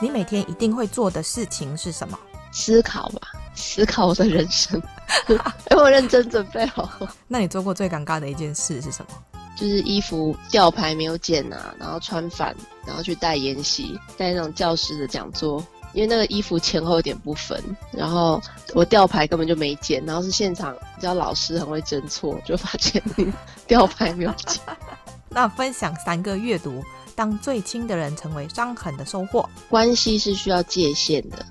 你每天一定会做的事情是什么？思考吧，思考我的人生。哎，我认真准备好，那你做过最尴尬的一件事是什么？就是衣服吊牌没有剪啊，然后穿反，然后去带研习，带那种教师的讲座。因为那个衣服前后有点不分，然后我吊牌根本就没剪，然后是现场，你知道老师很会侦错，就发现 吊牌没有剪。那分享三个阅读，当最亲的人成为伤痕的收获。关系是需要界限的，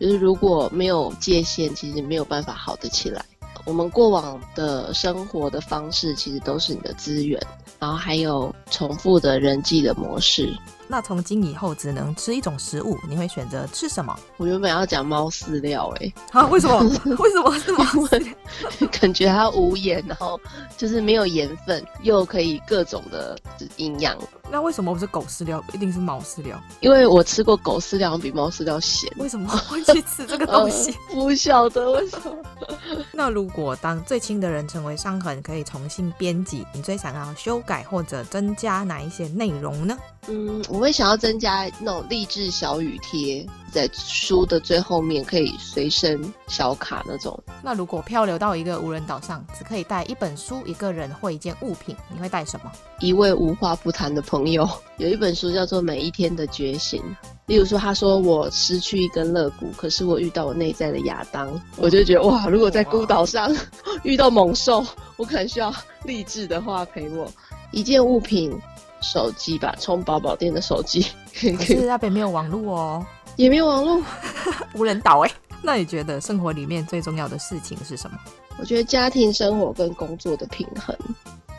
就是如果没有界限，其实没有办法好得起来。我们过往的生活的方式，其实都是你的资源，然后还有重复的人际的模式。那从今以后只能吃一种食物，你会选择吃什么？我原本要讲猫饲料、欸， 啊，为什么？为什么是猫饲料？感觉它无盐，然后就是没有盐分，又可以各种的营养。那为什么不是狗饲料，一定是猫饲料？因为我吃过狗饲料，比猫饲料咸。为什么会去吃这个东 西？呃不晓得为什么。那如果当最亲的人成为伤痕，可以重新编辑，你最想要修改或者增加哪一些内容呢？嗯，我会想要增加那种励志小语贴，在书的最后面可以随身小卡那种。那如果漂流到一个无人岛上，只可以带一本书、一个人或一件物品，你会带什 么？一位无话不谈的朋友， 有一本书叫做《每一天的觉醒》。例如说，他说我失去一根肋骨，可是我遇到我内在的亚当，我就觉得哇，如果在孤岛上 遇到猛兽，我可能需要励志的话陪我。一件物品，手机吧，充宝宝店的手机， 可以可可以是那边没有网络哦，也没有网络。 无人岛哎。那你觉得生活里面最重要的事情是什么？我觉得家庭生活跟工作的平衡，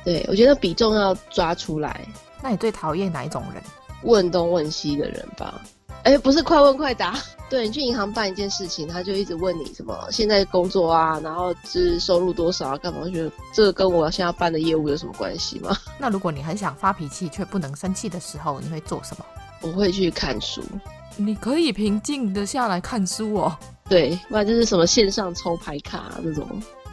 对我觉得比重要抓出来。那你最讨厌哪一种人？问东问西的人吧。哎，不是快问快答。 对你去银行办一件事情，他就一直问你什么现在工作啊，然后是收入多少啊，干嘛？我觉得这个跟我现在要办的业务有什么关系吗？ 那如果你很想发脾气却不能生气的时候，你会做什么？我会去看书，你可以平静的下来看书哦。对，不然就是什么线上抽牌卡、那种，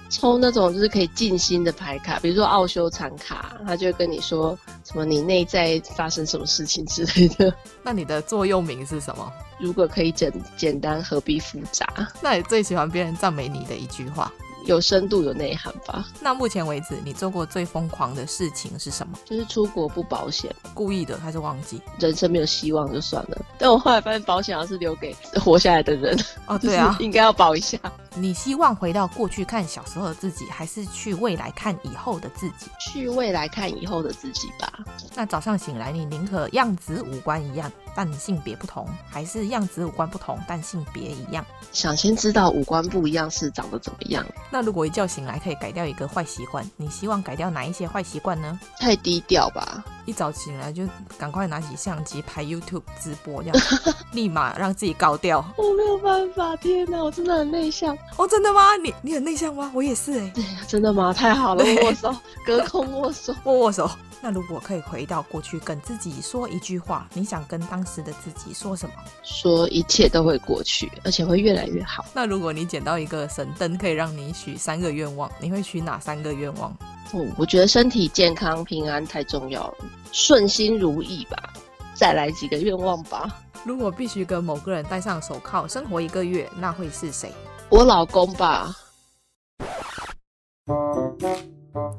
抽那种就是可以静心的牌卡，比如说奥修禅卡，他就会跟你说什么你内在发生什么事情之类的。那你的座右铭是什么？如果可以简简单，何必复杂？那你最喜欢别人赞美你的一句话？有深度，有内涵吧。那目前为止，你做过最疯狂的事情是什么？就是出国不保险，故意的还是忘记？人生没有希望就算了。但我后来发现，保险好像是留给活下来的人， 哦，对啊 就是，应该要保一下。你希望回到过去看小时候的自己，还是去未来看以后的自己？去未来看以后的自己吧。那早上醒来，你宁可样子五官一样，但性别不同，还是样子五官不同，但性别一样？想先知道五官不一样是长得怎么样。那如果一觉醒来可以改掉一个坏习惯，你希望改掉哪一些坏习惯呢？太低调吧，一早醒来就赶快拿起相机拍 YouTube 直播，这样立马让自己高调。我哦没有办法。天哪，我真的很内向。哦，真的吗？你你很内向吗？我也是哎、啊真的吗？太好了，握手，隔空握 手。握握手。那如果可以回到过去，跟自己说一句话，你想跟当时的自己说什么？说一切都会过去，而且会越来越好。那如果你捡到一个神灯，可以让你许三个愿望，你会许哪三个愿望？嗯，我觉得身体健康平安太重要了，顺心如意吧。再来几个愿望吧。如果必须跟某个人戴上手铐生活一个月，那会是谁？我老公吧，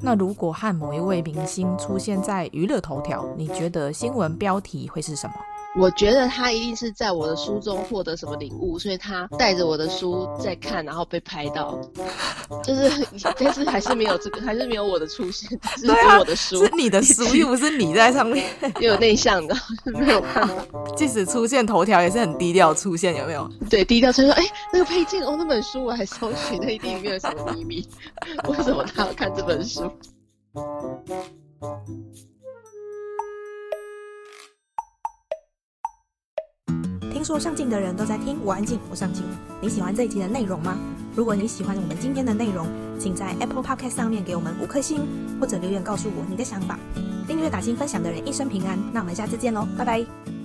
那如果和某一位明星出现在娱乐头条，你觉得新闻标题会是什么？我觉得他一定是在我的书中获得什么领悟，所以他带着我的书在看，然后被拍到，就是 但是还是没有这个，还是没有我的出现，只是对啊我的书是，你的书，又不是你在上面。 因为我内向的，没有办法，即使出现头条，也是很低调出现，有没有？对，低调所以说，哎、那个配件哦，那本书我还搜寻，那一定里面有什么秘密？为什么他要看这本书？听说上镜的人都在听，我安静，我上镜。你喜欢这一集的内容吗？如果你喜欢我们今天的内容，请在 Apple Podcast 上面给我们五颗星，或者留言告诉我你的想法。订阅、打新、分享的人一生平安。那我们下次见喽，拜拜。